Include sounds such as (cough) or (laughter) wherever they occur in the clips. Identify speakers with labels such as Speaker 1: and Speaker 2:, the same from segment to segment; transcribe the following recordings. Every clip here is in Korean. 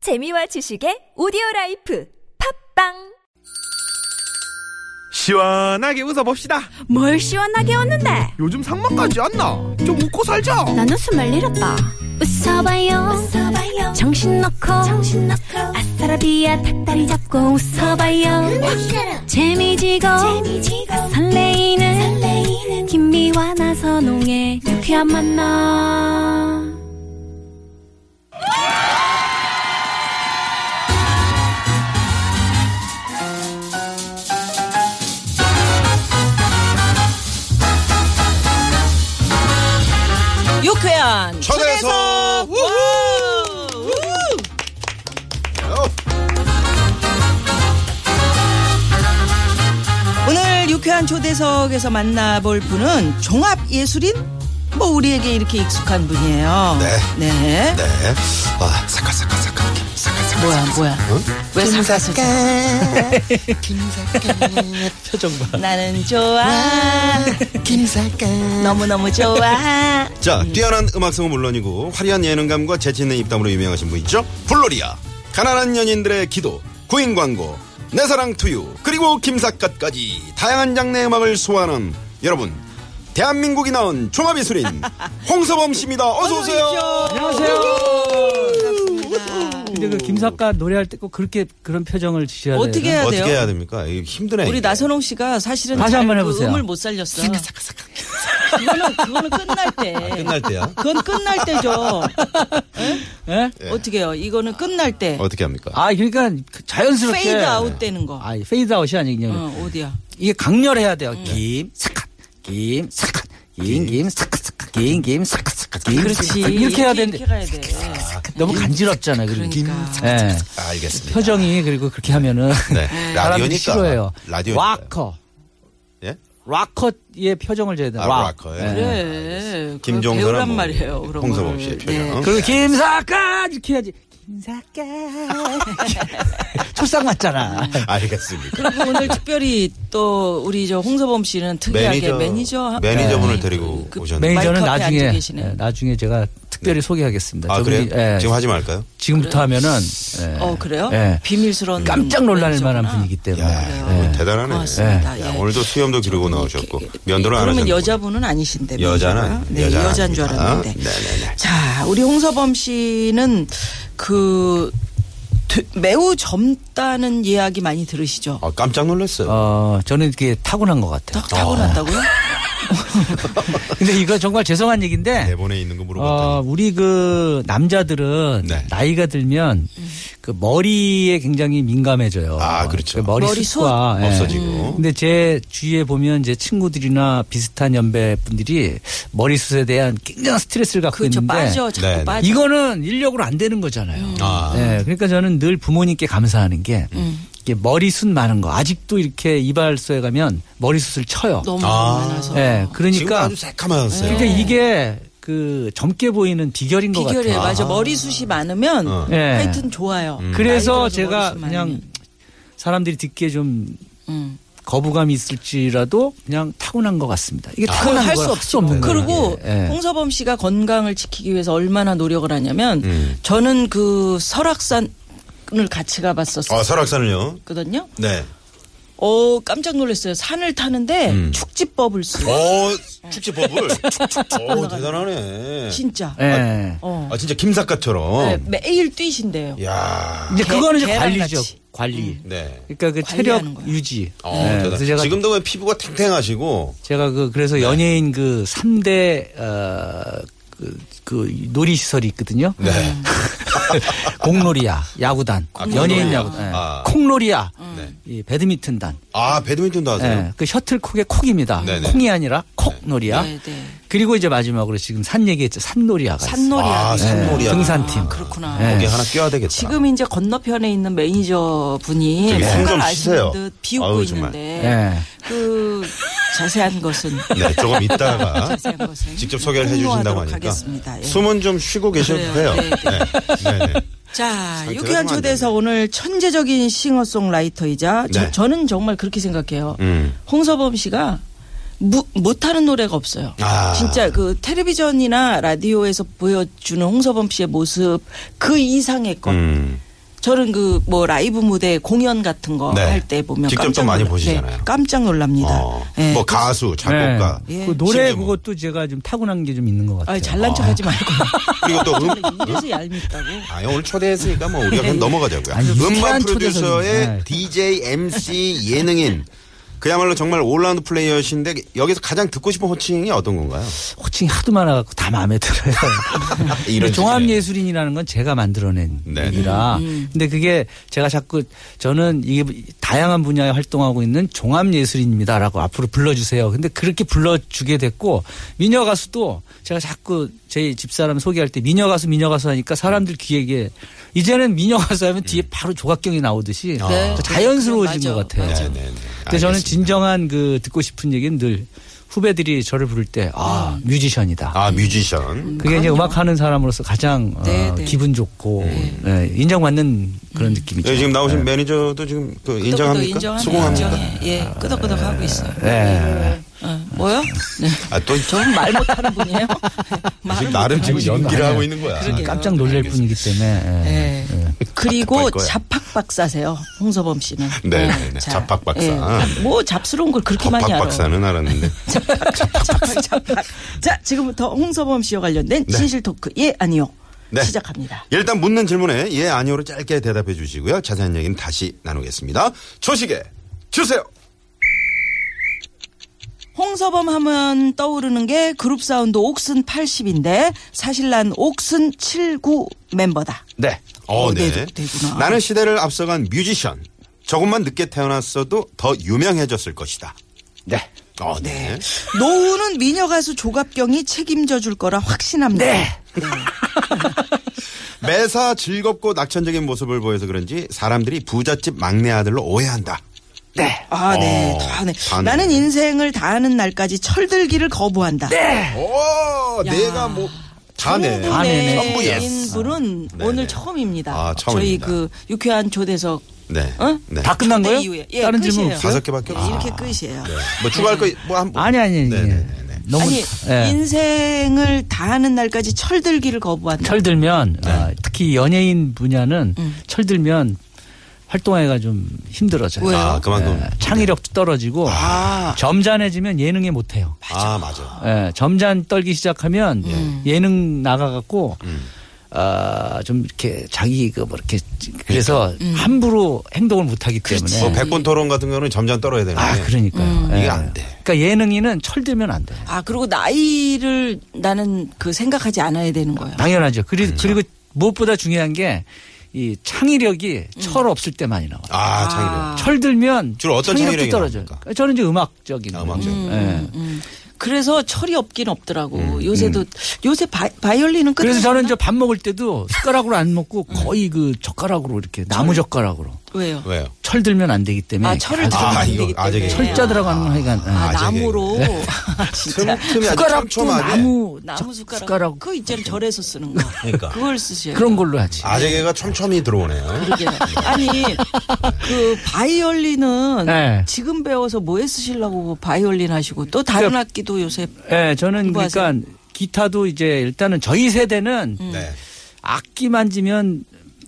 Speaker 1: 재미와 지식의 오디오 라이프 팝빵
Speaker 2: 시원하게 웃어봅시다.
Speaker 3: 뭘 시원하게 웃는데
Speaker 2: 요즘 상만까지 안 나. 좀 웃고 살자.
Speaker 3: 난 웃음을 잃었다 웃어봐요, 정신 놓고 아싸라비아 닭다리 잡고 웃어봐요 재미지고, 설레이는, 김미와 나서 농에 유쾌한 만남
Speaker 4: 유쾌한
Speaker 5: 초대석!
Speaker 4: 초대석!
Speaker 5: 우후!
Speaker 4: 와우! 우후! 오늘 유쾌한 초대석에서 만나볼 분은 종합예술인? 뭐 우리에게 이렇게 익숙한 분이에요.
Speaker 5: 네.
Speaker 4: 네.
Speaker 5: 네. 아, 사카사카사카. 사카사카.
Speaker 4: 뭐야 뭐야. 왜 사카스지?
Speaker 5: 표정 봐.
Speaker 4: 나는 좋아.
Speaker 5: 김사카.
Speaker 4: 너무너무
Speaker 5: (laughs)
Speaker 4: 좋아.
Speaker 5: 자, 뛰어난 음악성은 물론이고 화려한 예능감과 재치있는 입담으로 유명하신 분이죠. 플로리아. 가난한 연인들의 기도, 구인 광고, 내 사랑 투유, 그리고 김사카까지 다양한 장르의 음악을 소화하는 여러분. 대한민국이 나온 종합예술인 홍서범 씨입니다. 어서 오세요.
Speaker 6: 안녕하세요.
Speaker 4: 반갑습니다.
Speaker 6: 근데 그 김사과 노래할 때 꼭 그렇게 그런
Speaker 5: 네.
Speaker 6: 표정을 지셔야 돼요.
Speaker 4: 어떻게 해야
Speaker 5: 어떻게
Speaker 4: 돼요?
Speaker 5: 해야 됩니까? 이거 힘드네.
Speaker 4: 우리
Speaker 5: 이게.
Speaker 4: 나선홍 씨가 사실은
Speaker 6: 예. 다시
Speaker 4: 잘
Speaker 6: 한번
Speaker 4: 그
Speaker 6: 해보세요.
Speaker 4: 음을 못 살렸어. 그거는 그거는 끝날
Speaker 6: 아,
Speaker 4: 때.
Speaker 5: 끝날 때야.
Speaker 4: 그건 끝날 때죠.
Speaker 6: 예?
Speaker 5: 네.
Speaker 4: 어떻게 해요? 이거는 끝날 때.
Speaker 5: 어떻게 합니까?
Speaker 6: 아 그러니까 그 자연스럽게
Speaker 4: 페이드 아웃 되는 거.
Speaker 6: 아 페이드 아웃이 아니 그냥
Speaker 4: 어, 음. 어디야?
Speaker 6: 이게 강렬해야 돼요. 김사과 김사과 김김사과 김김사과
Speaker 4: 그렇지.
Speaker 6: 김 이렇게 해야 되는데 아,
Speaker 4: 이렇게 가야 돼.
Speaker 6: 너무 간지럽잖아요. 그리고
Speaker 4: 그러니까.
Speaker 6: 예.
Speaker 5: 알겠습니다.
Speaker 6: 표정이 그리고
Speaker 5: (laughs)
Speaker 6: 그렇게 하면은
Speaker 5: 네.
Speaker 6: 사람들이
Speaker 5: 라디오니까.
Speaker 6: 싫어해요.
Speaker 5: 라디오니까.
Speaker 6: 락커
Speaker 5: 예?
Speaker 6: 락커의 표정을 줘야 돼요.
Speaker 5: 아,
Speaker 6: 락.
Speaker 5: 락커, 예.
Speaker 4: 네.
Speaker 6: 예.
Speaker 4: 그래.
Speaker 5: 김종선은
Speaker 4: 배우란
Speaker 5: 뭐,
Speaker 4: 말이에요. 네. 그런
Speaker 5: 홍서범
Speaker 4: 거를.
Speaker 5: 씨의 표정.
Speaker 6: 그리고 김사과 이렇게 해야지. 김사과 (laughs) 초상 맞잖아.
Speaker 5: 알겠습니다.
Speaker 4: 그리고 오늘 특별히 또 우리 저 홍서범 씨는 특이하게
Speaker 5: 매니저-
Speaker 4: 매니저
Speaker 5: 매니저분을 데리고 오셨네요.
Speaker 6: 매니저는
Speaker 4: 마이크 앞에 앉아
Speaker 6: 나중에
Speaker 4: 계시네.
Speaker 6: 예, 나중에 제가 특별히 소개하겠습니다.
Speaker 5: 아, 그래요?
Speaker 6: 저분이, 예,
Speaker 5: 지금 하지 말까요?
Speaker 6: 부터 하면은 예,
Speaker 4: 어 그래요?
Speaker 6: 예,
Speaker 4: 비밀스러운
Speaker 6: 깜짝 놀랄
Speaker 4: 매니저구나.
Speaker 6: 만한 분이기 때문에
Speaker 5: 야, 오늘 아, 뭐 대단하네.
Speaker 4: 고맙습니다.
Speaker 5: 야,
Speaker 4: 예.
Speaker 5: 오늘도 수염도 기르고 나오셨고 면도를 안
Speaker 4: 그러면
Speaker 5: 하셨고.
Speaker 4: 여자분은 아니신데
Speaker 5: 여자는
Speaker 4: 네
Speaker 5: 여자는
Speaker 4: 여자인 줄
Speaker 5: 아닙니다.
Speaker 4: 알았는데
Speaker 5: 네네네.
Speaker 4: 자 우리 홍서범 씨는 그 되- 매우 젊다는 이야기 많이 들으시죠?
Speaker 5: 아, 깜짝 놀랐어요.
Speaker 6: 어 저는 이게 타고난 것 같아요.
Speaker 5: 어.
Speaker 6: 어.
Speaker 4: 딱 타고났다고요?
Speaker 6: 근데 이거 정말 죄송한 얘기인데
Speaker 5: 대본에 있는 거 물어봤더니
Speaker 6: 어, 우리 그 남자들은
Speaker 5: 네.
Speaker 6: 나이가 들면 그 머리에 굉장히 민감해져요.
Speaker 5: 아, 그렇죠.
Speaker 6: 그 머리
Speaker 4: 머리숱
Speaker 6: 숱과 예.
Speaker 5: 없어지고.
Speaker 6: 근데 제 주위에 보면 제 친구들이나 비슷한 연배 분들이 머리숱에 대한 굉장한 스트레스를 갖고
Speaker 4: 그저
Speaker 6: 있는데
Speaker 4: 그렇죠. 빠져 자꾸
Speaker 5: 네, 네.
Speaker 4: 빠져.
Speaker 6: 이거는 인력으로 안 되는 거잖아요.
Speaker 5: 아.
Speaker 6: 네, 그러니까 저는 늘 부모님께 감사하는 게
Speaker 4: 음.
Speaker 6: 이게 머리숱 많은 거 아직도 이렇게 이발소에 가면 머리숱을 쳐요.
Speaker 4: 너무
Speaker 5: 아.
Speaker 4: 많아서
Speaker 6: 네,
Speaker 5: 지금도
Speaker 6: 그러니까
Speaker 5: 아주 새까맣어요.
Speaker 6: 그러니까 이게 그 젊게 보이는 비결인 것 같아요.
Speaker 4: 비결이에요. 맞아 머리숱이 많으면
Speaker 5: 어. 음.
Speaker 6: 예.
Speaker 4: 하여튼 좋아요.
Speaker 6: 그래서
Speaker 4: 나이 들어서
Speaker 6: 제가
Speaker 4: 머리숱
Speaker 6: 그냥
Speaker 4: 많으면.
Speaker 6: 사람들이 듣기에 좀
Speaker 4: 음.
Speaker 6: 거부감이 있을지라도 그냥 타고난 것 같습니다. 이게 아, 타고난
Speaker 4: 아, 그걸 할
Speaker 6: 거야,
Speaker 4: 수 없죠.
Speaker 6: 할수 없는 거예요.
Speaker 4: 그리고
Speaker 6: 예, 예.
Speaker 4: 홍서범 씨가 건강을 지키기 위해서 얼마나 노력을 하냐면
Speaker 5: 음.
Speaker 4: 저는 그 설악산을 같이 가봤었거든요.
Speaker 5: 아, 설악산을요. 네.
Speaker 4: 어 깜짝 놀랐어요. 산을 타는데
Speaker 5: 음.
Speaker 4: 축지법을 쓰.
Speaker 5: 어, 축지법을. 어, 대단하네.
Speaker 4: 진짜.
Speaker 6: 예.
Speaker 4: 어.
Speaker 5: 아, 어. 예? 진짜 김사과처럼.
Speaker 4: 네, 매일 뛰신대요.
Speaker 5: 야.
Speaker 6: 이제
Speaker 4: 개-
Speaker 6: 그거는 이제
Speaker 4: 개랑
Speaker 6: 관리죠.
Speaker 4: 같이. 음.
Speaker 6: 관리.
Speaker 5: 네.
Speaker 6: 그러니까 그
Speaker 4: 관리하는
Speaker 6: 체력
Speaker 4: 거야.
Speaker 6: 유지.
Speaker 5: 어,
Speaker 6: 예,
Speaker 5: 대단.
Speaker 6: 그래서 제가
Speaker 5: 지금도 네. 왜 피부가 탱탱하시고
Speaker 6: 제가 그 그래서 연예인 그 3대 어, 어그 그 놀이 시설이 있거든요.
Speaker 5: 네.
Speaker 4: 음.
Speaker 6: (laughs) 공놀이야, 야구단, 연예인
Speaker 5: 공놀이야.
Speaker 6: 야구단, 예.
Speaker 5: 아.
Speaker 6: 콩놀이야,
Speaker 5: 네.
Speaker 6: 이 배드민턴단,
Speaker 5: 아 배드민턴도
Speaker 6: 예,
Speaker 5: 하세요?
Speaker 6: 그 셔틀콕의 콕입니다.
Speaker 5: 네네.
Speaker 6: 콩이 아니라 콕놀이야.
Speaker 4: 네, 네.
Speaker 6: 그리고 이제 마지막으로 지금 산 얘기했죠. 산놀이야가 있어요.
Speaker 4: 산놀이야.
Speaker 5: 아, 산놀이야.
Speaker 6: 등산팀.
Speaker 4: 아, 그렇구나.
Speaker 6: 예.
Speaker 5: 거기 하나 껴야 되겠다.
Speaker 4: 지금 이제 건너편에 있는 매니저 분이
Speaker 5: 저기 손좀
Speaker 4: 손가락
Speaker 5: 치세요.
Speaker 4: 아시는 듯 비웃고
Speaker 5: 아우, 정말.
Speaker 4: 있는데
Speaker 6: 예.
Speaker 4: 그 자세한 것은
Speaker 5: 네, 조금 이따가
Speaker 4: (laughs) 자세한 것은
Speaker 5: 직접 소개를 해주신다고
Speaker 4: 폭로하도록
Speaker 5: 하니까
Speaker 4: 하겠습니다. 예.
Speaker 5: 숨은 좀 쉬고 계셔도
Speaker 4: 그래요.
Speaker 5: 돼요. 네. 네. 네.
Speaker 4: 자,
Speaker 5: 상태가
Speaker 4: 유쾌한
Speaker 5: 좀안
Speaker 4: 초대에서
Speaker 5: 되네.
Speaker 4: 오늘 천재적인 싱어송라이터이자
Speaker 5: 네.
Speaker 4: 저, 는 정말 그렇게 생각해요.
Speaker 5: 음.
Speaker 4: 홍서범 씨가 무- 못하는 노래가 없어요.
Speaker 5: 아.
Speaker 4: 진짜 그 텔레비전이나 라디오에서 보여주는 홍서범 씨의 모습 그 이상의 것.
Speaker 5: 음.
Speaker 4: 저는 그 뭐 라이브 무대 공연 같은 거
Speaker 5: 네.
Speaker 4: 할 때 보면
Speaker 5: 직접 좀
Speaker 4: 깜짝
Speaker 5: 많이
Speaker 4: 놀라-
Speaker 5: 보시잖아요.
Speaker 4: 네, 깜짝 놀랍니다.
Speaker 5: 어,
Speaker 4: 예.
Speaker 5: 뭐 가수, 작곡가.
Speaker 4: 예.
Speaker 6: 그 노래
Speaker 5: 신예모.
Speaker 6: 그것도 제가 좀 타고난 게 좀 있는 것 같아요. 어,
Speaker 4: 아, 잘난 척하지 말고.
Speaker 5: 그리고 또 음,
Speaker 4: (laughs) 이래서 얄밉다고.
Speaker 5: 아, 오늘 초대했으니까 뭐 우리가
Speaker 4: 네.
Speaker 5: 그냥 넘어가자고요.
Speaker 6: 아니,
Speaker 5: 음반
Speaker 6: 유쾌한 초대석이네.
Speaker 5: 프로듀서의
Speaker 6: 아이.
Speaker 5: DJ, MC, 예능인. 그야말로 정말 올라운드 플레이어신데 여기서 가장 듣고 싶은 호칭이 어떤 건가요?
Speaker 6: 호칭이 하도 많아갖고 다 마음에 들어요.
Speaker 5: 이런
Speaker 4: 아,
Speaker 6: 근데
Speaker 5: 식이네.
Speaker 6: 종합예술인이라는 건 제가 만들어낸
Speaker 5: 네네.
Speaker 6: 일이라. 근데 그게 제가 자꾸 저는 이게 다양한 분야에 활동하고 있는 종합예술인입니다라고 앞으로 불러주세요. 근데 그렇게 불러주게 됐고 미녀 가수도 제가 자꾸 제 집사람 소개할 때 미녀 가수 미녀 가수 하니까 사람들 귀에게 이제는 미녀 가수 하면
Speaker 5: 음.
Speaker 6: 뒤에 바로 조각경이 나오듯이
Speaker 5: 네.
Speaker 6: 자연스러워진
Speaker 4: 맞아,
Speaker 6: 것 같아요.
Speaker 5: 네, 네, 네.
Speaker 6: 근데 저는
Speaker 5: 알겠습니다.
Speaker 6: 진정한 그 듣고 싶은 얘기는 늘 후배들이 저를 부를 때 아 뮤지션이다.
Speaker 5: 아 뮤지션.
Speaker 6: 그게 이제 음악 하는 사람으로서 가장
Speaker 4: 네,
Speaker 6: 어,
Speaker 4: 네. 음.
Speaker 6: 기분 좋고 예, 인정받는 그런 느낌이죠.
Speaker 4: 그렇죠.
Speaker 5: 여기 네, 지금 나오신
Speaker 6: 예.
Speaker 5: 매니저도 지금 그
Speaker 4: 끄덕끄덕
Speaker 5: 인정합니까?
Speaker 4: 인정하네요.
Speaker 5: 수긍합니까? 네.
Speaker 4: 인정해. 예, 끄덕끄덕 하고 있어요.
Speaker 6: 예.
Speaker 4: 어, 뭐요? 네.
Speaker 5: 아, 또
Speaker 4: 저분 말 못하는
Speaker 5: (laughs)
Speaker 4: 분이에요? 말을
Speaker 5: 지금 나름
Speaker 4: 못하는
Speaker 5: 지금
Speaker 4: 분이에요.
Speaker 5: 연기를 하고 있는 거야.
Speaker 4: 아, 그러게요. 네,
Speaker 6: 깜짝 놀랄 분이기 때문에. 예.
Speaker 4: 예.
Speaker 5: 네. 답답할
Speaker 4: 그리고
Speaker 5: 거야.
Speaker 4: 잡학박사세요. 홍서범 씨는.
Speaker 5: 네,
Speaker 4: 예,
Speaker 5: 네, 네.
Speaker 4: 자,
Speaker 5: 잡학박사.
Speaker 4: 예. 뭐 잡스러운 걸 그렇게 많이 알아. (laughs)
Speaker 5: 박박사는 알았는데.
Speaker 4: 잡학, 잡학. 자, 지금부터 홍서범 씨와 관련된 진실 토크. 예, 아니요.
Speaker 5: 네.
Speaker 4: 시작합니다.
Speaker 5: 일단 묻는 질문에 예 아니오로 짧게 대답해 주시고요. 자세한 얘기는 다시 나누겠습니다. 조식에 주세요.
Speaker 4: 홍서범 하면 떠오르는 게 그룹 사운드 옥슨 80인데 사실 난 옥슨 79 멤버다.
Speaker 5: 네. 어,
Speaker 4: 어,
Speaker 5: 네.
Speaker 4: 네, 되구나.
Speaker 5: 나는 시대를 앞서간 뮤지션. 조금만 늦게 태어났어도 더 유명해졌을 것이다.
Speaker 6: 네.
Speaker 5: 어, 네.
Speaker 4: 노우는 미녀 가수 조갑경이 책임져 줄 거라 확신합니다.
Speaker 5: 매사 즐겁고 낙천적인 모습을 보여서 그런지 사람들이 부잣집 막내 아들로 오해한다.
Speaker 6: 네.
Speaker 4: 아, 네.
Speaker 5: 어,
Speaker 4: 다네.
Speaker 5: 다네.
Speaker 4: 나는 인생을 다하는 날까지 철들기를 거부한다.
Speaker 5: 오, 내가 뭐 네. 다네.
Speaker 6: 다네,
Speaker 5: 전부
Speaker 4: 전부의
Speaker 5: 예스.
Speaker 4: 인물은
Speaker 5: 네,
Speaker 4: 오늘
Speaker 5: 네.
Speaker 4: 처음입니다.
Speaker 5: 아, 처음입니다.
Speaker 4: 저희 그 유쾌한 조대석
Speaker 5: 네.
Speaker 4: 어?
Speaker 5: 네.
Speaker 6: 다 끝난
Speaker 4: 그때
Speaker 6: 거예요?
Speaker 4: 이후에. 예,
Speaker 6: 다른
Speaker 4: 끝이에요.
Speaker 6: 질문 없어요?
Speaker 5: 다섯 개밖에
Speaker 4: 네,
Speaker 5: 없어요.
Speaker 4: 이렇게 끝이에요.
Speaker 5: 뭐 추가할 거뭐한
Speaker 6: 아니 아니 아니.
Speaker 5: 네네네.
Speaker 6: 너무
Speaker 4: 아니
Speaker 6: 예.
Speaker 4: 인생을 다하는 날까지 철들기를 거부한다.
Speaker 6: 철들면 아,
Speaker 5: 네.
Speaker 6: 특히 연예인 분야는
Speaker 4: 음.
Speaker 6: 철들면 활동하기가 좀 힘들어져요.
Speaker 4: 왜요? 아.
Speaker 5: 아, 그만큼.
Speaker 6: 예, 창의력도 떨어지고 점잖해지면 예능에 못 해요.
Speaker 5: 아, 맞아.
Speaker 6: 예, 점잔 떨기 시작하면
Speaker 5: 음.
Speaker 6: 예능 나가갖고 아, 좀 이렇게 자기 그뭐 이렇게 그래서 함부로 행동을 못하기 때문에
Speaker 5: 그러니까. 뭐 백분 토론 같은 경우는 점점 떨어야 되는데.
Speaker 6: 네. 아 그러니까요. 예.
Speaker 5: 이게 안 돼.
Speaker 6: 그러니까 예능인은 철들면 안 돼요.
Speaker 4: 아 그리고 나이를 나는 그 생각하지 않아야 되는
Speaker 5: 음.
Speaker 4: 거예요.
Speaker 6: 당연하죠. 그리,
Speaker 5: 그러니까.
Speaker 6: 고 무엇보다 중요한 게 이 창의력이 철 없을 때 많이 나와요.
Speaker 5: 음. 아, 창의력.
Speaker 6: 철들면
Speaker 5: 주로 어떤 창의력이
Speaker 6: 떨어져요. 그러니까
Speaker 5: 나옵니까?
Speaker 6: 저는 이제 음악적인
Speaker 5: 아, 음악적인.
Speaker 6: 예.
Speaker 4: 음. 그래서 철이 없긴 없더라고.
Speaker 5: 음,
Speaker 4: 요새도 요새 바, 바이올린은
Speaker 6: 그래서
Speaker 4: 끝내셨나?
Speaker 6: 저는 이제 밥 먹을 때도 숟가락으로 안 먹고
Speaker 5: 음.
Speaker 6: 거의 그 젓가락으로 이렇게 나무 젓가락으로
Speaker 4: 왜요?
Speaker 5: 왜요?
Speaker 6: 철들면 안 되기 때문에
Speaker 4: 아 철을
Speaker 5: 아,
Speaker 4: 들으면 안
Speaker 5: 이거
Speaker 4: 되기 때문에
Speaker 5: 아재개.
Speaker 6: 네. 철자 들어가는 거 하여간 예.
Speaker 4: 아,
Speaker 5: 아재개.
Speaker 4: 나무로 (laughs) 진짜
Speaker 5: 틈틈이 아주
Speaker 6: 숟가락도
Speaker 5: 촘촘하게.
Speaker 6: 나무
Speaker 4: 나무 숟가락,
Speaker 6: 숟가락
Speaker 4: 그 있잖아 절에서 쓰는 거.
Speaker 5: 그러니까.
Speaker 4: 걸 쓰셔요.
Speaker 6: 그런 걸로 하지.
Speaker 5: 아재개가 촘촘히 들어오네요.
Speaker 4: 그러게요. 아니 그 바이올린은
Speaker 6: 네.
Speaker 4: 지금 배워서 뭐에 쓰시려고 바이올린 하시고 또 다른
Speaker 6: 그-
Speaker 4: 악기도 요새
Speaker 6: 예, 저는
Speaker 4: 공부하세요. 음.
Speaker 6: 그러니까 기타도 이제 일단은 저희 세대는
Speaker 5: 네.
Speaker 6: 악기 만지면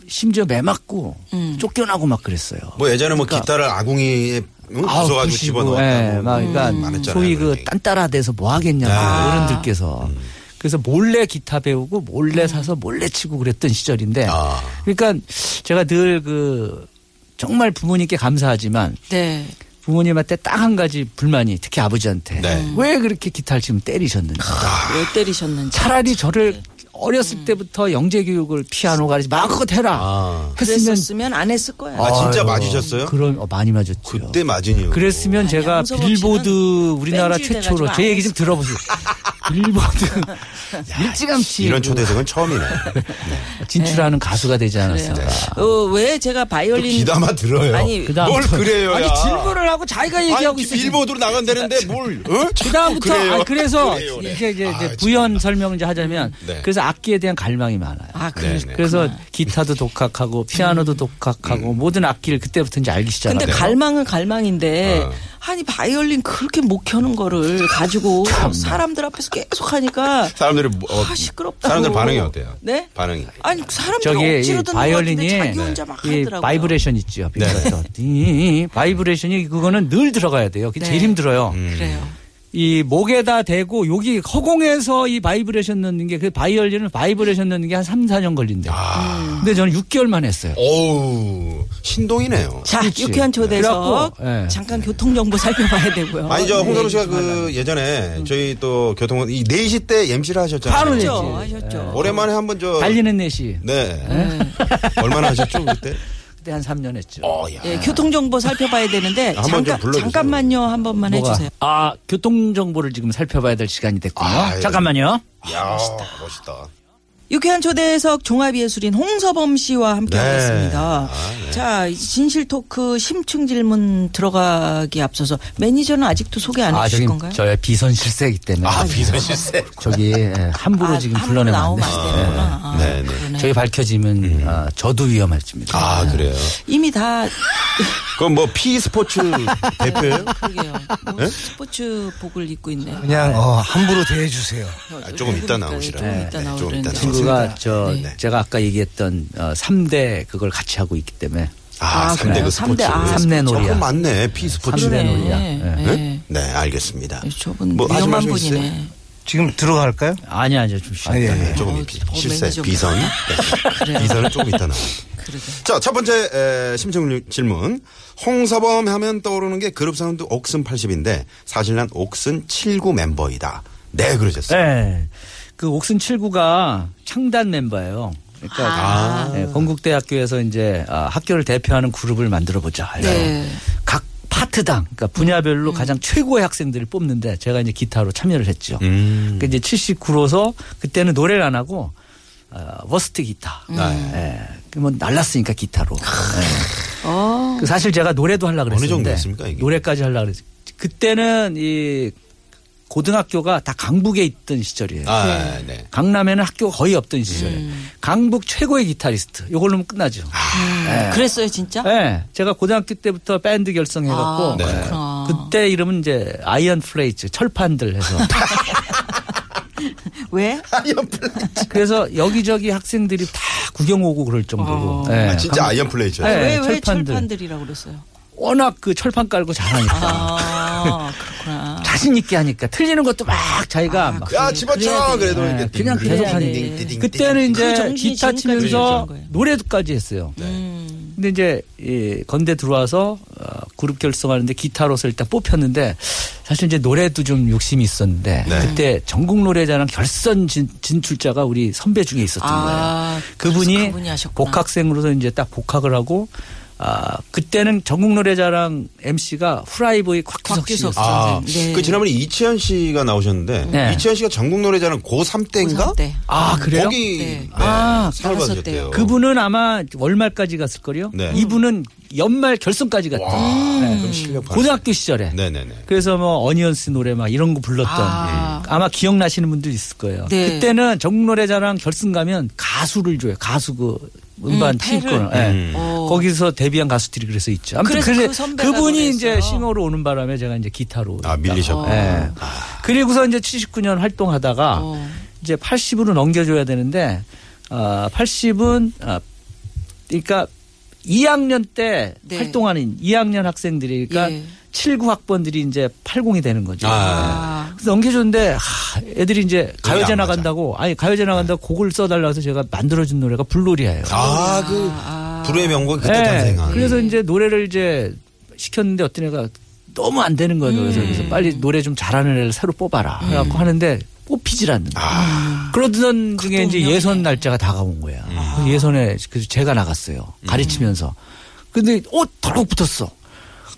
Speaker 6: 심지어 매 맞고
Speaker 4: 음.
Speaker 6: 쫓겨나고 막 그랬어요.
Speaker 5: 뭐 예전에 뭐 기타를 아궁이에 응? 부숴가지고 집어넣었다고.
Speaker 6: 예, 막
Speaker 4: 음.
Speaker 6: 그러니까
Speaker 5: 많았잖아요,
Speaker 6: 소위
Speaker 5: 그런
Speaker 6: 그
Speaker 5: 얘기.
Speaker 6: 딴따라대서 뭐 하겠냐고
Speaker 5: 아.
Speaker 6: 어른들께서. 그래서 몰래 기타 배우고 몰래
Speaker 4: 음.
Speaker 6: 사서 몰래 치고 그랬던 시절인데
Speaker 5: 아.
Speaker 6: 그러니까 제가 늘 그 정말 부모님께 감사하지만
Speaker 4: 네.
Speaker 6: 부모님한테 딱 한 가지 불만이 특히 아버지한테
Speaker 5: 네.
Speaker 6: 왜 그렇게 기타를 지금 때리셨는지
Speaker 4: 왜 때리셨는지.
Speaker 6: 차라리 저를
Speaker 4: 음.
Speaker 6: 어렸을 때부터 영재 교육을 피아노 가르치 마음껏 해라
Speaker 5: 아.
Speaker 6: 했으면
Speaker 4: 그랬었으면 안 했을 거야.
Speaker 5: 아, 진짜
Speaker 6: 아유,
Speaker 5: 맞으셨어요?
Speaker 6: 그럼 어, 많이 맞았죠.
Speaker 5: 그때 맞은 이유.
Speaker 6: 그랬으면 제가
Speaker 4: 양성업
Speaker 6: 빌보드
Speaker 4: 씨는
Speaker 6: 우리나라
Speaker 4: 뺀질
Speaker 6: 최초로
Speaker 4: 돼가지고
Speaker 6: 제
Speaker 4: 안
Speaker 6: 얘기 좀 들어보세요. 빌보드
Speaker 5: (laughs)
Speaker 6: 일찌감치
Speaker 5: 이런
Speaker 6: 그
Speaker 5: 초대석은 처음이네.
Speaker 6: 진출하는
Speaker 4: 네.
Speaker 6: 가수가 되지 않았을까.
Speaker 4: 어, 왜 제가 바이올린
Speaker 5: 기다마 들어요.
Speaker 4: 아니,
Speaker 6: 그다음
Speaker 5: 뭘 그래요?
Speaker 6: 아니
Speaker 5: 야.
Speaker 6: 질문을 하고 자기가 얘기하고
Speaker 5: 아니,
Speaker 6: 있어. 지금.
Speaker 5: 빌보드로 나간다는데 뭘? 어? 자꾸
Speaker 6: 그다음부터
Speaker 5: 그래요.
Speaker 6: 아, 그래서
Speaker 5: 그래요, 그래.
Speaker 6: 이제 이제, 이제
Speaker 5: 아,
Speaker 6: 부연 설명을 이제 하자면
Speaker 5: 네.
Speaker 6: 그래서 악기에 대한 갈망이 많아요.
Speaker 4: 아, 음. 그
Speaker 5: 네, 네.
Speaker 6: 그래서
Speaker 5: 음.
Speaker 6: 기타도
Speaker 5: 네.
Speaker 6: 독학하고 피아노도 독학하고 모든 악기를 그때부터 이제 알기 시작하고
Speaker 5: 어.
Speaker 4: 근데 갈망은 갈망인데 아니 바이올린 그렇게 못 켜는 거를
Speaker 5: (laughs)
Speaker 4: 가지고 사람들 앞에서 계속 하니까
Speaker 5: 사람들이 뭐- 어,
Speaker 4: 아, 시끄럽다고.
Speaker 5: 사람들 반응이 어때요?
Speaker 4: 네?
Speaker 5: 반응이.
Speaker 4: 아니 사람들
Speaker 6: 저기
Speaker 4: 억지로
Speaker 6: 이
Speaker 4: 듣는
Speaker 6: 바이올린이
Speaker 4: 것
Speaker 6: 네.
Speaker 4: 같은데 자기 혼자 막
Speaker 6: 이
Speaker 4: 하더라고요.
Speaker 6: 바이브레이션 있죠.
Speaker 5: 네. (laughs)
Speaker 6: 빈자에서. 띵, 바이브레이션이 그거는 늘 들어가야 돼요. 그게
Speaker 4: 네.
Speaker 6: 제일 힘들어요.
Speaker 5: 음.
Speaker 4: 그래요.
Speaker 6: 음. 이 목에다 대고 여기 허공에서 이 바이브레이션 넣는 게 그 바이올린은 바이브레이션 넣는 게 한 3, 4년 걸린대요.
Speaker 5: 아,
Speaker 6: 근데 저는 6개월만 했어요.
Speaker 5: 어우 신동이네요.
Speaker 4: 자
Speaker 6: 그렇지.
Speaker 4: 유쾌한 초대석
Speaker 6: 그래갖고, 예.
Speaker 4: 잠깐 교통 정보 살펴봐야 되고요.
Speaker 5: 아니 저 홍선우
Speaker 4: 네,
Speaker 5: 씨가
Speaker 4: 좀
Speaker 5: 그 예전에 저희 또 교통 이 4시 때 MC를 하셨잖아요. 그렇죠.
Speaker 6: 바로
Speaker 4: 하죠.
Speaker 6: 예.
Speaker 4: 하셨죠.
Speaker 5: 오랜만에 한번 저
Speaker 6: 달리는 넷이
Speaker 5: 네. 얼마나 하셨죠 그때?
Speaker 6: 그때 한 3년 했죠.
Speaker 5: 어, 야.
Speaker 4: 예, 교통 정보 살펴봐야 되는데
Speaker 5: 한번 좀
Speaker 4: 잠깐
Speaker 5: 불러주세요.
Speaker 4: 잠깐만요 한 번만
Speaker 6: 뭐가?
Speaker 4: 네, 해주세요.
Speaker 6: 아, 교통 정보를 지금 살펴봐야 될 시간이 됐군요.
Speaker 5: 아유.
Speaker 6: 잠깐만요.
Speaker 5: 야, 멋있다. 멋있다.
Speaker 4: 유쾌한 초대석 종합예술인 홍서범 씨와
Speaker 5: 네.
Speaker 4: 함께하겠습니다.
Speaker 5: 아,
Speaker 4: 자 진실 토크 심층 질문 들어가기 앞서서 매니저는 아직도 소개 안
Speaker 6: 아,
Speaker 4: 해주실
Speaker 6: 저기
Speaker 4: 건가요?
Speaker 6: 저의 비선 실세이기 때문에
Speaker 5: 아, 비서실세.
Speaker 6: (laughs) 저기 예, 함부로
Speaker 4: 아,
Speaker 6: 지금
Speaker 4: 함부로
Speaker 6: 불러내면 안
Speaker 4: 나오면 안
Speaker 6: 되죠.
Speaker 4: 되는구나. 아,
Speaker 5: 네, 네.
Speaker 4: 그러네.
Speaker 6: 저희 밝혀지면 아, 저도 위험할지입니다. 예.
Speaker 5: 아, 그래요.
Speaker 4: 이미 다
Speaker 5: 그럼 뭐 피스포츠 대표예요?
Speaker 4: 그러게요. 뭐 스포츠 복을 입고 있네요.
Speaker 7: 그냥 어, 함부로 대해주세요.
Speaker 5: 아, 조금 이따 나오시라.
Speaker 4: 조금 이따
Speaker 5: 네,
Speaker 4: 나오는
Speaker 5: 조금 이따 나오세요.
Speaker 6: 친구가 저
Speaker 5: 네.
Speaker 6: 제가 아까 얘기했던 어, 3대 그걸 같이 하고 있기 때문에
Speaker 4: 아,
Speaker 5: 아, 삼 3대
Speaker 4: 그래요?
Speaker 5: 그
Speaker 4: 삼대,
Speaker 5: 스포츠.
Speaker 4: 아,
Speaker 6: 삼대
Speaker 5: 어,
Speaker 6: 놀이야.
Speaker 5: 그거 맞네. 피스포츠.
Speaker 6: 삼대
Speaker 4: 그러네.
Speaker 6: 놀이야.
Speaker 4: 예.
Speaker 5: 네? 네, 알겠습니다.
Speaker 4: 저분
Speaker 5: 뭐 하실
Speaker 4: 위험한
Speaker 5: 말씀 있으세요?
Speaker 4: 분이네.
Speaker 7: 지금 들어갈까요?
Speaker 6: 아니 아니요 좀 쉬.
Speaker 7: 아, 예, 예.
Speaker 5: 조금
Speaker 4: 어,
Speaker 5: 비,
Speaker 4: 어,
Speaker 5: 실세
Speaker 4: 매니저
Speaker 5: 비선
Speaker 4: 뭐야?
Speaker 5: 네.
Speaker 4: (laughs) 그래요.
Speaker 5: 비선은 조금 이따 나와.
Speaker 4: 그러게.
Speaker 5: 자첫 번째 에, 심층 질문 홍서범 하면 떠오르는 게 그룹 사운드 옥슨 80인데 사실 난 옥슨 79 멤버이다. 네 그러셨어요.
Speaker 6: 네. 그 옥순 79가 창단 멤버예요. 그러니까 예, 건국대학교에서 이제 아, 학교를 대표하는 그룹을 만들어 보자.
Speaker 4: 네.
Speaker 6: 각 파트당, 그러니까
Speaker 5: 음.
Speaker 6: 분야별로 가장 최고의 학생들을 뽑는데 제가 이제 기타로 참여를 했죠.
Speaker 5: 음.
Speaker 6: 그 이제 79로서 그때는 노래를 안 하고 어, 워스트 기타.
Speaker 5: 음. 네.
Speaker 6: 예. 그뭐 날랐으니까 기타로. 예. 그 사실 제가 노래도 하려고
Speaker 5: 어. 어느
Speaker 6: 그랬는데
Speaker 5: 정도 했습니까, 이게?
Speaker 6: 노래까지 하려고 그랬지. 그때는 이 고등학교가 다 강북에 있던 시절이에요.
Speaker 5: 아 음. 네. (laughs)
Speaker 6: 강남에는 학교가 거의 없던 시절에 강북 최고의 기타리스트. 이걸로 면 끝나죠.
Speaker 5: 네.
Speaker 4: 그랬어요 진짜?
Speaker 6: 예. 제가 고등학교 때부터 밴드 결성해갖고
Speaker 4: 아,
Speaker 5: 네.
Speaker 4: 그렇구나.
Speaker 6: 그때 이름은 이제 아이언 플레이츠
Speaker 4: (laughs)
Speaker 6: 철판들 해서
Speaker 4: 왜?
Speaker 6: 그래서 여기저기 학생들이 다 구경 오고 그럴
Speaker 4: 어,
Speaker 6: 정도로 예,
Speaker 5: 아, 진짜
Speaker 6: 강-
Speaker 5: 아이언 플레이죠.
Speaker 6: 네,
Speaker 4: 왜, 왜
Speaker 6: 철판들.
Speaker 4: 철판들이라고 그랬어요?
Speaker 6: 워낙 그 철판 깔고 잘하니까
Speaker 4: 아, 그렇구나.
Speaker 6: 자신 있게 하니까 틀리는 것도 막
Speaker 4: 아,
Speaker 6: 자기가 막
Speaker 5: 야 집어쳐 그래도
Speaker 6: 네,
Speaker 5: 이렇게
Speaker 6: 그냥
Speaker 5: 띵,
Speaker 6: 계속
Speaker 5: 띵,
Speaker 6: 하는
Speaker 5: 띵,
Speaker 4: 거예요.
Speaker 5: 띵, 띵,
Speaker 6: 그때는
Speaker 5: 띵, 띵.
Speaker 6: 이제
Speaker 4: 그 정신이
Speaker 6: 기타
Speaker 4: 지금까지
Speaker 6: 치면서
Speaker 4: 그런 거예요.
Speaker 6: 노래도까지 했어요.
Speaker 4: 음.
Speaker 6: 근데 이제 이 건대 들어와서 어, 그룹 결성하는데 기타로서 일단 뽑혔는데 사실 이제 노래도 좀 욕심이 있었는데
Speaker 5: 네.
Speaker 6: 그때 전국 노래자랑 결선 진, 출자가 우리 선배 중에 있었던
Speaker 4: 아,
Speaker 6: 거예요. 그분이,
Speaker 4: 그래서 그분이 하셨구나.
Speaker 6: 복학생으로서 이제 딱 복학을 하고 아 그때는 전국 노래자랑 MC가 후라이보이 곽규석 씨.
Speaker 4: 곽규석 씨.
Speaker 5: 아,
Speaker 4: 네.
Speaker 5: 그 지난번에 이치현 씨가 나오셨는데
Speaker 6: 네.
Speaker 5: 이치현 씨가 전국 노래자랑 고3 때인가?
Speaker 4: 때.
Speaker 6: 아 그래요?
Speaker 5: 거기
Speaker 4: 네.
Speaker 5: 네.
Speaker 6: 아,
Speaker 4: 나갔었대요.
Speaker 5: 상을 받으셨대요.
Speaker 6: 그분은 아마 월말까지 갔을 거요.
Speaker 5: 네.
Speaker 6: 이분은 연말 결선까지 갔대.
Speaker 5: 와,
Speaker 6: 네.
Speaker 5: 그럼 실력 봤어요.
Speaker 6: 고등학교 시절에.
Speaker 5: 네네네.
Speaker 6: 그래서 뭐 어니언스 노래 막 이런 거 불렀던
Speaker 4: 아.
Speaker 6: 음. 아마 기억나시는 분들 있을 거예요.
Speaker 4: 네.
Speaker 6: 그때는 전국 노래자랑 결승 가면 가수를 줘요. 가수 그 음반
Speaker 4: 음,
Speaker 6: 팀
Speaker 4: 패를.
Speaker 6: 거는. 예.
Speaker 5: 음.
Speaker 4: 어.
Speaker 6: 거기서 데뷔한 가수들이 그래서 있죠. 아무튼
Speaker 4: 그래서
Speaker 6: 그래-
Speaker 4: 그 선배가
Speaker 6: 그분이
Speaker 4: 노래했어요.
Speaker 6: 이제 싱어로 오는 바람에 제가 이제 기타로
Speaker 5: 아 밀리셨고. 아.
Speaker 6: 예. 그리고서 이제 79년 활동하다가
Speaker 4: 어.
Speaker 6: 이제 80으로 넘겨줘야 되는데 아 80은 아, 그러니까 2학년 때
Speaker 4: 네.
Speaker 6: 활동하는 2학년 학생들이 그러니까
Speaker 4: 예.
Speaker 6: 79 학번들이 이제 80이 되는 거죠.
Speaker 5: 아.
Speaker 6: 그래서 넘겨줬는데 하, 애들이 이제 가요제
Speaker 5: 안 맞아.
Speaker 6: 나간다고 아니 가요제 나간다고 곡을 써달라 해서 제가 만들어준 노래가 블로리아예요.
Speaker 5: 아, 그 불후의 명곡이 그때
Speaker 6: 예.
Speaker 5: 탄생한.
Speaker 6: 그래서 이제 노래를 이제 시켰는데 어떤 애가 너무 안 되는 거예요. 그래서, 그래서 빨리 노래 좀 잘하는 애를 새로 뽑아라. 그래갖고 하는데 뽑히질 않는 거예요.
Speaker 5: 아.
Speaker 6: 그러던 중에 이제 예선 날짜가 다가온 거야.
Speaker 5: 음.
Speaker 6: 그 예선에 그 제가 나갔어요. 가르치면서. 근데 어 덜컥 붙었어.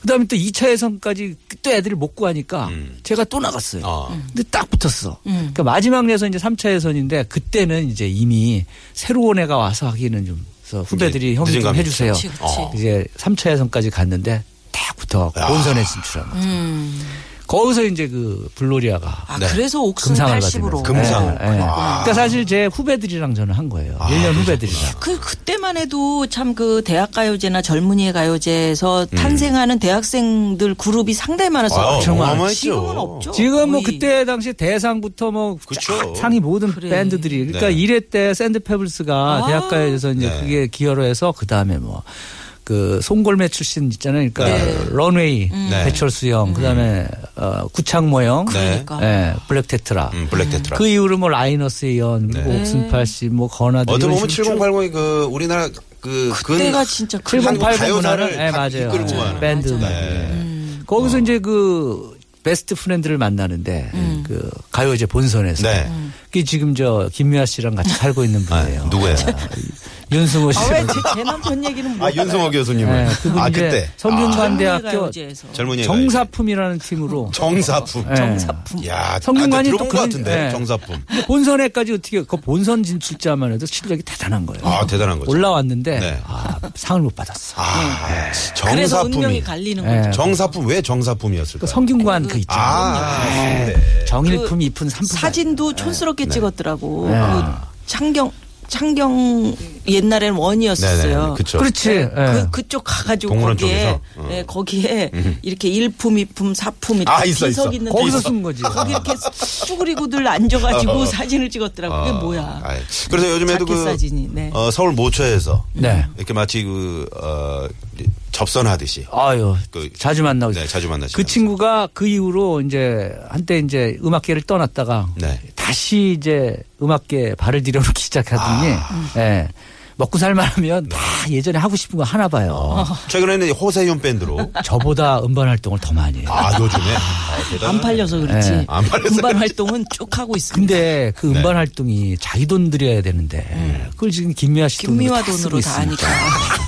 Speaker 6: 그다음에 또 2차 예선까지 또 애들을 못 구하니까
Speaker 5: 음.
Speaker 6: 제가 또 나갔어요.
Speaker 5: 아.
Speaker 6: 근데 딱 붙었어.
Speaker 4: 음.
Speaker 6: 그러니까 마지막 예선 이제 3차 예선인데 그때는 이제 이미 새로운 애가 와서 하기는 좀 그래서 후배들이
Speaker 5: 이제
Speaker 6: 형님
Speaker 5: 늦은
Speaker 6: 좀
Speaker 5: 감이
Speaker 6: 해주세요.
Speaker 4: 그치, 그치.
Speaker 6: 이제 3차 예선까지 갔는데 딱 붙어
Speaker 5: 야.
Speaker 6: 본선에 진출한 거죠.
Speaker 4: 음.
Speaker 6: 거기서 이제 그 블로리아가
Speaker 4: 아,
Speaker 5: 네.
Speaker 4: 그래서 옥순
Speaker 6: 금상을
Speaker 4: 80으로. 네.
Speaker 6: 받으면서
Speaker 5: 금상을.
Speaker 6: 예, 예. 그러니까 사실 제 후배들이랑 저는 한 거예요.
Speaker 5: 아,
Speaker 6: 일 1년
Speaker 5: 그러셨구나.
Speaker 6: 후배들이랑.
Speaker 4: 그 그때만 해도 참 그 대학 가요제나 젊은이의 가요제에서 탄생하는 대학생들 그룹이 상당히 많았어요.
Speaker 5: 음. 아유,
Speaker 6: 정말.
Speaker 5: 어마어마했죠.
Speaker 4: 지금은 없죠.
Speaker 6: 지금 뭐
Speaker 4: 거의.
Speaker 6: 그때 당시 대상부터 뭐
Speaker 5: 그쵸.
Speaker 6: 쫙 상위 모든
Speaker 4: 그래.
Speaker 6: 밴드들이 그러니까
Speaker 5: 네.
Speaker 6: 일 1회 때 샌드페블스가
Speaker 4: 아.
Speaker 6: 대학가에서 이제
Speaker 5: 네.
Speaker 6: 그게 기여로 해서 그 다음에 뭐. 그 송골매 출신 있잖아요. 그러니까 런웨이
Speaker 4: 음.
Speaker 5: 네.
Speaker 6: 배철수 형, 그다음에 어, 구창모 형,
Speaker 4: 그러니까.
Speaker 6: 예, 블랙 테트라.
Speaker 5: 음, 블랙 데트라.
Speaker 6: 그 이후로 뭐 라이너스 의원, 그리고
Speaker 5: 네.
Speaker 6: 옥순팔 씨, 뭐 건아들
Speaker 5: 어떻게
Speaker 6: 이런
Speaker 5: 보면
Speaker 6: 식으로 쭉
Speaker 5: 7080이 그 우리나라 그
Speaker 4: 그때가 진짜 큰
Speaker 5: 한국
Speaker 6: 7080
Speaker 5: 가요사를
Speaker 6: 문화를
Speaker 5: 다 이끌고 가는.
Speaker 6: 밴드
Speaker 5: 네. 어.
Speaker 6: 네. 거기서 이제 그 베스트 프렌드를 만나는데 그 가요제 본선에서
Speaker 5: 네.
Speaker 6: 그게 지금 저 김미아 씨랑 같이 살고 있는
Speaker 5: 아,
Speaker 6: 분이에요.
Speaker 5: 누구예요?
Speaker 6: 윤승호 씨.
Speaker 4: 아, 왜 제, 제 남편 얘기는 못
Speaker 5: 아, 윤성호 교수님을.
Speaker 6: 네, 그분
Speaker 5: 아,
Speaker 6: 이제
Speaker 5: 그때. 아,
Speaker 6: 성균관대학교
Speaker 4: 가요제에서.
Speaker 5: 젊은이
Speaker 6: 정사품이라는 팀으로 네.
Speaker 5: 정사품.
Speaker 6: 정사품.
Speaker 5: 야,
Speaker 6: 성균관이
Speaker 5: 나한테 들어본
Speaker 6: 또
Speaker 5: 것
Speaker 6: 그런-
Speaker 5: 같은데.
Speaker 6: 네.
Speaker 5: 정사품.
Speaker 6: 근데 본선에까지 어떻게 그 본선 진출자만 해도 실력이 대단한 거예요.
Speaker 5: 아, 대단한 거죠.
Speaker 6: 올라왔는데
Speaker 5: 네.
Speaker 6: 아, 상을 못 받았어.
Speaker 5: 아,
Speaker 4: 그래서 운명이
Speaker 5: 정사품이. 네.
Speaker 4: 갈리는
Speaker 6: 예.
Speaker 4: 거죠.
Speaker 5: 정사품 왜 정사품이었을까?
Speaker 6: 그 성균관 그 있죠.
Speaker 5: 아, 네.
Speaker 6: 정일품, 이품, 삼품.
Speaker 4: 사진도 촌스럽게 찍었더라고.
Speaker 5: 네.
Speaker 4: 그 창경 창경 옛날에는 원이었어요.
Speaker 5: 네네. 그쵸.
Speaker 6: 그렇지. 예.
Speaker 4: 그 그쪽 가가지고
Speaker 5: 동물원
Speaker 4: 거기에
Speaker 5: 쪽에서? 어. 음.
Speaker 4: 네, 거기에 이렇게 일품, 이품, 사품 이렇게
Speaker 5: 아, 있어,
Speaker 4: 비석
Speaker 5: 있어.
Speaker 4: 있는 데
Speaker 6: 그 거기서
Speaker 4: 있어.
Speaker 6: 쓴 거지.
Speaker 4: 거기 이렇게 쭈그리고들 앉아가지고 사진을 찍었더라고.
Speaker 5: 어,
Speaker 4: 그게 뭐야?
Speaker 5: 아이, 그래서 요즘에도
Speaker 4: 자켓
Speaker 5: 그
Speaker 4: 사진이, 네.
Speaker 5: 어, 서울 모처에서
Speaker 6: 네.
Speaker 5: 이렇게 마치 그 어, 접선하듯이
Speaker 6: 아유,
Speaker 5: 그-
Speaker 6: 자주 만나고.
Speaker 5: 네, 자주 만나시죠.
Speaker 6: 그 친구가 그 이후로 이제 한때 이제 음악계를 떠났다가
Speaker 5: 네.
Speaker 6: 다시 이제 음악계 발을 들여놓기 시작하더니 예. 먹고 살만하면 다 예전에 하고 싶은 거 하나 봐요.
Speaker 5: 어. 최근에는 호세윤 밴드로
Speaker 6: 저보다 음반 활동을 더 많이 해요.
Speaker 5: 아 요즘에 아,
Speaker 4: 안
Speaker 5: 대단하네.
Speaker 4: 팔려서 그렇지.
Speaker 6: 네.
Speaker 5: 안 팔려서
Speaker 4: 음반 활동은 쭉 하고 있습니다.
Speaker 6: 근데 그 음반
Speaker 5: 네.
Speaker 6: 활동이 자기 돈 들여야 되는데 그걸 지금 김미아 씨
Speaker 4: 김미화
Speaker 6: 돈으로
Speaker 4: 돈으로
Speaker 6: 다,
Speaker 4: 다
Speaker 6: 쓰고 있으니까.
Speaker 4: 하니까 (laughs)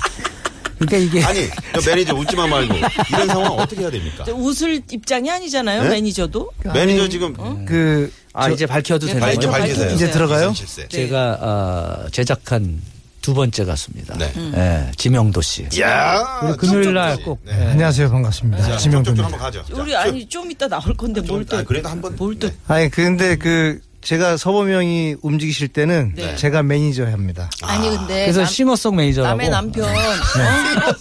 Speaker 6: 그러니까 이게
Speaker 5: 아니 저 매니저 웃지마 말고 이런 상황 어떻게 해야 됩니까?
Speaker 4: 웃을 입장이 아니잖아요.
Speaker 5: 네?
Speaker 4: 매니저도.
Speaker 5: 매니저 지금
Speaker 4: 음.
Speaker 7: 그
Speaker 6: 아 이제 밝혀도
Speaker 4: 예,
Speaker 6: 되나요?
Speaker 5: 아, 이제
Speaker 4: 좀
Speaker 5: 밝히세요. 네,
Speaker 4: 밝혀주세요.
Speaker 7: 이제 들어가요?
Speaker 5: 실세.
Speaker 6: 제가 어, 제작한 두 번째 가수입니다.
Speaker 5: 네.
Speaker 4: 음.
Speaker 6: 예, 지명도 씨.
Speaker 5: 야
Speaker 6: 우리 금요일 날 꼭.
Speaker 5: 네.
Speaker 6: 예.
Speaker 7: 안녕하세요
Speaker 4: 네.
Speaker 7: 반갑습니다.
Speaker 5: 좀
Speaker 7: 지명도입니다.
Speaker 5: 한번 가죠. 자,
Speaker 4: 우리 아니 좀 이따 나올 건데
Speaker 5: 좀,
Speaker 4: 뭘 또.
Speaker 5: 아, 그래도 한번
Speaker 4: 뭘 또.
Speaker 5: 네.
Speaker 7: 아니 근데 그 제가 서범 형이 움직이실 때는
Speaker 4: 네.
Speaker 7: 제가 매니저 합니다.
Speaker 4: 아니 근데
Speaker 6: 예, 그래서
Speaker 4: 네, 남-
Speaker 6: 싱어송 매니저라고.
Speaker 4: 남의 남편. 어?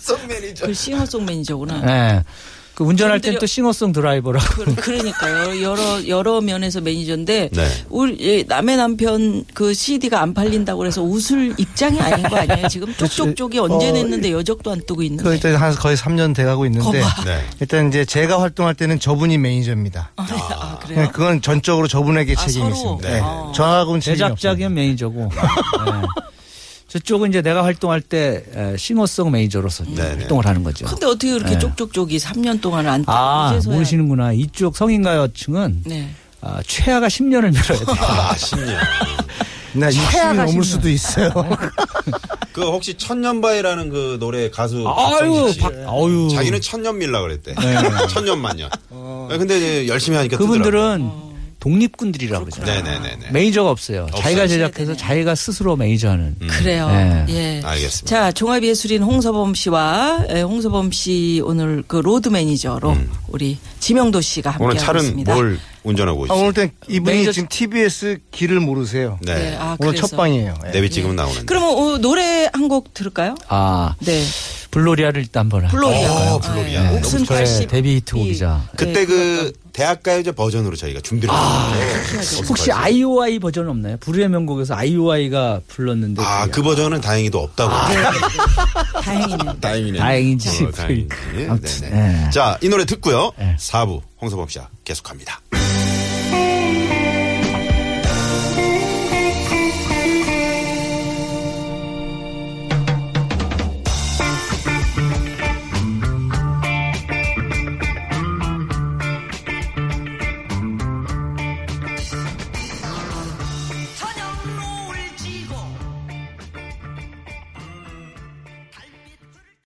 Speaker 5: 성
Speaker 4: (laughs)
Speaker 5: 매니저.
Speaker 4: 그 싱어송 매니저구나.
Speaker 6: 예. 그 운전할 땐
Speaker 4: 좀
Speaker 6: 또
Speaker 5: (laughs)
Speaker 6: 싱어송 드라이버라고.
Speaker 4: 그- 그러니까요. 여러 여러 면에서 매니저인데
Speaker 5: 네.
Speaker 4: 우리 예, 남의 남편 그 CD가 안 팔린다고 그래서 웃을 입장이 아닌 거 아니에요? 지금 쪽쪽쪽이 언제
Speaker 7: 어,
Speaker 4: 냈는데 여적도 안 뜨고
Speaker 7: 그
Speaker 4: 있는데.
Speaker 7: 일단 한 거의 3년 돼가고 있는데
Speaker 4: 네. 거봐.
Speaker 5: 네.
Speaker 7: 일단 이제 제가 활동할 때는 저분이 매니저입니다.
Speaker 4: 아, 아,
Speaker 7: 네,
Speaker 4: 그래요?
Speaker 7: 그건 전적으로 저분에게
Speaker 4: 아,
Speaker 7: 책임이
Speaker 4: 서로.
Speaker 7: 있습니다.
Speaker 5: 네.
Speaker 4: 어.
Speaker 7: 저하고는 책임이 없어요.
Speaker 6: 제작자기엔 매니저고. 예. 저쪽은 이제 내가 활동할 때 예, 싱어송 매니저로서 이제
Speaker 5: 네네.
Speaker 6: 활동을 하는 거죠.
Speaker 4: 근데 어떻게 그렇게
Speaker 6: 네.
Speaker 4: 쪽쪽쪽이 3년 동안 안 뜨고
Speaker 6: 아,
Speaker 4: 이제서야-
Speaker 6: 모르시는구나. 이쪽 성인가요층은
Speaker 4: 네.
Speaker 6: 아, 최하가 10년을 밀어야 돼.
Speaker 5: (laughs) 아, 10년.
Speaker 7: 네, 60이 넘을 수도
Speaker 4: (laughs)
Speaker 7: 있어요.
Speaker 5: 그 혹시 천년바이라는 그 노래 가수
Speaker 6: 아유,
Speaker 5: 박정식 씨.
Speaker 6: 박, 아유.
Speaker 5: 자기는 천년 밀라 그랬대. (laughs) 천년만년. 네, 근데 이제 열심히 하니까 뜨더라고요.
Speaker 6: 그분들은 독립군들이라고 그러잖아요.
Speaker 5: 네네네네.
Speaker 6: 메이저가 없어요.
Speaker 5: 없어요.
Speaker 6: 자기가
Speaker 5: 음.
Speaker 6: 제작해서 자기가 스스로 메이저하는.
Speaker 4: 그래요.
Speaker 6: 네.
Speaker 4: 예.
Speaker 5: 알겠습니다.
Speaker 4: 자, 종합예술인 홍서범 씨와 예, 홍서범 씨 오늘 그 로드 매니저로 우리 지명도 씨가 함께
Speaker 5: 음. 오늘 차는
Speaker 4: 하겠습니다.
Speaker 5: 뭘 운전하고
Speaker 7: 아, 오늘
Speaker 5: 오시죠?
Speaker 7: 땐 이분이
Speaker 6: 매니저-
Speaker 7: 지금 TBS 길을 모르세요.
Speaker 5: 네.
Speaker 4: 네, 아,
Speaker 7: 오늘
Speaker 4: 그래서.
Speaker 7: 첫 방이에요. 예.
Speaker 5: 내비 지금 나오는데.
Speaker 4: 그러면 어, 노래 한 곡 들을까요?
Speaker 6: 아,
Speaker 4: 네.
Speaker 6: 블로리아를 일단 한번 하죠.
Speaker 4: 블로리아. 예.
Speaker 5: 오, 블로리아. 너무
Speaker 4: 옥순
Speaker 6: 저의
Speaker 4: 80.
Speaker 6: 네, 데뷔 히트곡이자.
Speaker 4: 이-
Speaker 5: 그때
Speaker 4: 네,
Speaker 5: 그 대학가요제 버전으로 저희가 준비를 네. 했어요.
Speaker 6: 혹시 IOI 버전 없나요? 불후의 명곡에서 IOI가 불렀는데.
Speaker 5: 아,
Speaker 6: 그게
Speaker 5: 그 버전은 다행히도 없다고.
Speaker 4: 다행이네.
Speaker 5: 다행이네.
Speaker 6: 다행이지. 그
Speaker 5: 어, 다행이지.
Speaker 6: 아무튼,
Speaker 5: 네네.
Speaker 6: 예.
Speaker 5: 자, 이 노래 듣고요.
Speaker 6: 예.
Speaker 5: 사 4부 홍서범 씨와 계속합니다.